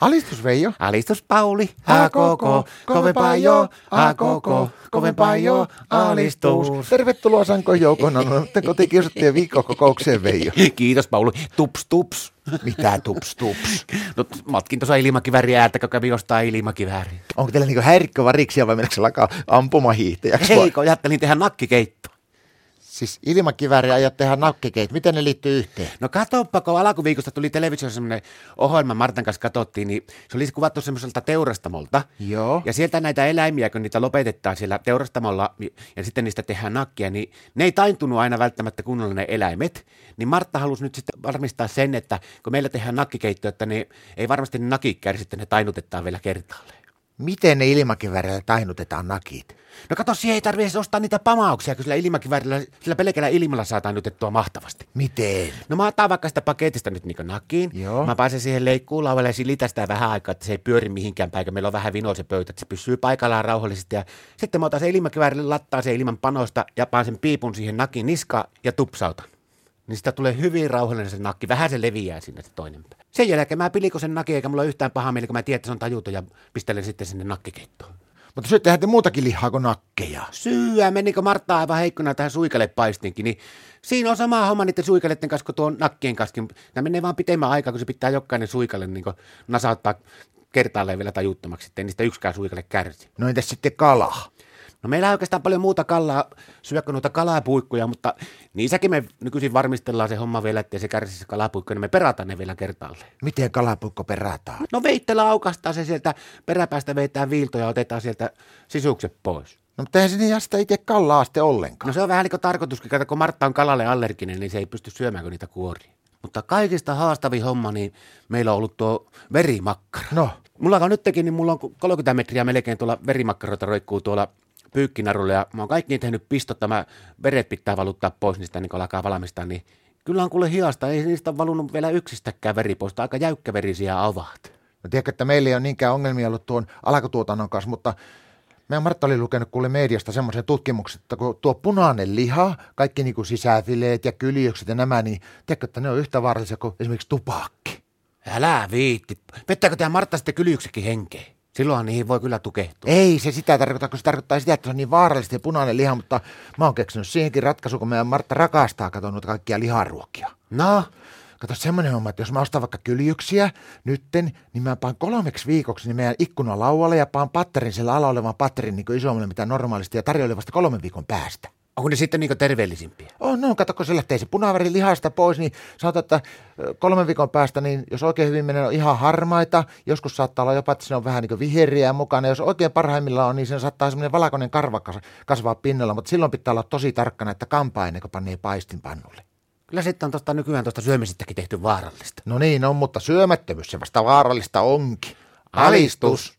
Alistus Veijo. Alistus Pauli, a koko, kovempaa jo, a koko, kovempaa jo, alistus. Tervetuloa Sanko Joukona kotikiusattujen viikkokokoukseen Veijo. Kiitos Pauli, tups tups. Mitä tups tups? No matkin tuossa ilmakiväriä, että kävi ostaa ilmakivääriä. Onko teillä niinku häirikkövariksia vai mennäänkö se lakaa ampumahiihtäjäksi? vai? Hei, kun ajattelin tehdä nakkikeitto. Siis ilmakivääri aiot tehdä nakkikeit. Miten ne liittyy yhteen? No katoppa, kun alkuviikosta tuli televisiossa semmoinen ohjelma Martan kanssa katsottiin, niin se olisi kuvattu semmoiselta teurastamolta. Joo. Ja sieltä näitä eläimiä, kun niitä lopetetaan siellä teurastamolla ja sitten niistä tehdään nakkia, niin ne ei taintunut aina välttämättä kunnolla ne eläimet. Niin Martta halusi nyt sitten varmistaa sen, että kun meillä tehdään nakkikeitto, että ne ei varmasti ne nakit käy, sitten ne tainutetaan vielä kertaalleen. Miten ne ilmakiväärillä tainutetaan nakit? No kato, siihen ei tarvitse ostaa niitä pamauksia, kun sillä ilmakiväärillä, sillä pelkällä ilmalla saa tainutettua mahtavasti. Miten? No mä otan vaikka sitä paketista nyt niin nakiin. Joo. Mä pääsen siihen leikkuulaudalle ja silitän sitä vähän aikaa, että se ei pyöri mihinkään päin, kun meillä on vähän vino se pöytä, että se pysyy paikallaan rauhallisesti. Ja sitten mä otan sen ilmakiväärille, lattaan sen ilman panosta ja paan sen piipun siihen nakin niskaan ja tupsautan. Niin sitä tulee hyvin rauhallinen se nakki. Vähän se leviää sinne se toinen pää. Sen jälkeen mä pilikon sen nakin, eikä mulla ole yhtään pahaa mieli, kun mä tiedän, että se on tajuton ja pistelen sitten sinne nakkikeittoon. Mutta syöttehän te muutakin lihaa kuin nakkeja. Syyä, menikö niin Martta aivan heikkona tähän suikale paistinkin, niin siinä on sama homma niiden suikaleiden kanssa kuin tuon nakkien kanssa. niin Nämä menee vaan pitemmän aikaa, kun se pitää jokainen suikalle niin nasauttaa kertaalleen vielä tajuttomaksi, ettei niistä yksikään suikalle kärsi. No entäs sitten kala? No meillä ei oikeastaan paljon muuta kallaa, syökö noita kalapuikkuja, mutta niissäkin me nykyisin varmistellaan se homma vielä, ettei se kärsi se kalapuikku, niin me perataan ne vielä kertaalleen. Miten kalapuikko perataan? No veitteellä aukastaa se sieltä peräpäästä, veitään viiltoja ja otetaan sieltä sisukset pois. No mutta eihän sinne jää sitä itse kallaa sitten ollenkaan. No se on vähän niin kuin tarkoituskin, kato, kun Martta on kalalle allerginen, niin se ei pysty syömään kuin niitä kuoria. Mutta kaikista haastavin homma, niin meillä on ollut tuo verimakkara. No, Mulla on nytkin, niin mulla on 30 metriä melkein tuolla verimakkaroita roikkuu tuolla pyykkinarulla ja mä oon kaikki niin tehnyt pistot, mä veret pitää valuttaa pois niistä, niin kun alkaa valmistaa, niin kyllä on kuule hiasta, ei niistä valunut vielä yksistäkään veri pois, aika jäykkäverisiä avaat. no tiedätkö, että meillä ei ole niinkään ongelmia ollut tuon alkutuotannon kanssa, mutta meidän Martta oli lukenut kuule mediasta semmoisen tutkimuksen, että kun tuo punainen liha, kaikki niin kuin sisäfileet ja kyljykset ja nämä, niin tiedätkö, että ne on yhtä vaarallisia kuin esimerkiksi tupakki. Älä viitti, pettääkö tämä Martta sitten kyljyksikin henkeä? Silloinhan niihin voi kyllä tukehtua. Ei se sitä tarkoita, kun se tarkoittaa sitä, että se on niin vaarallista ja punainen liha, mutta mä oon keksinyt siihenkin ratkaisu, kun meidän Martta rakastaa katsonut kaikkia liharuokia. No, Kato semmoinen homma, että jos mä ostan vaikka kyljyksiä nytten, niin mä paan kolmeksi viikoksi niin meidän ikkuna laualle ja paan patterin sillä alla olevan patterin niin isommalle mitä normaalisti ja tarjoilen vasta kolmen viikon päästä. onko ne sitten niinku terveellisimpiä? Oh, no, kato, kun se lähtee se punaväri lihasta pois, niin sanotaan, että ö, kolmen viikon päästä, niin jos oikein hyvin menee, on ihan harmaita. Joskus saattaa olla jopa, että siinä on vähän niin viheriä mukana. Jos oikein parhaimmillaan on, niin siinä saattaa semmoinen valkoinen karva kas- kasvaa pinnalla, mutta silloin pitää olla tosi tarkkana, että kampaa ennen kuin panee paistinpannulle. Kyllä sitten on tosta nykyään tuosta syömisestäkin tehty vaarallista. No niin on, mutta syömättömyys se vasta vaarallista onkin. Alistus!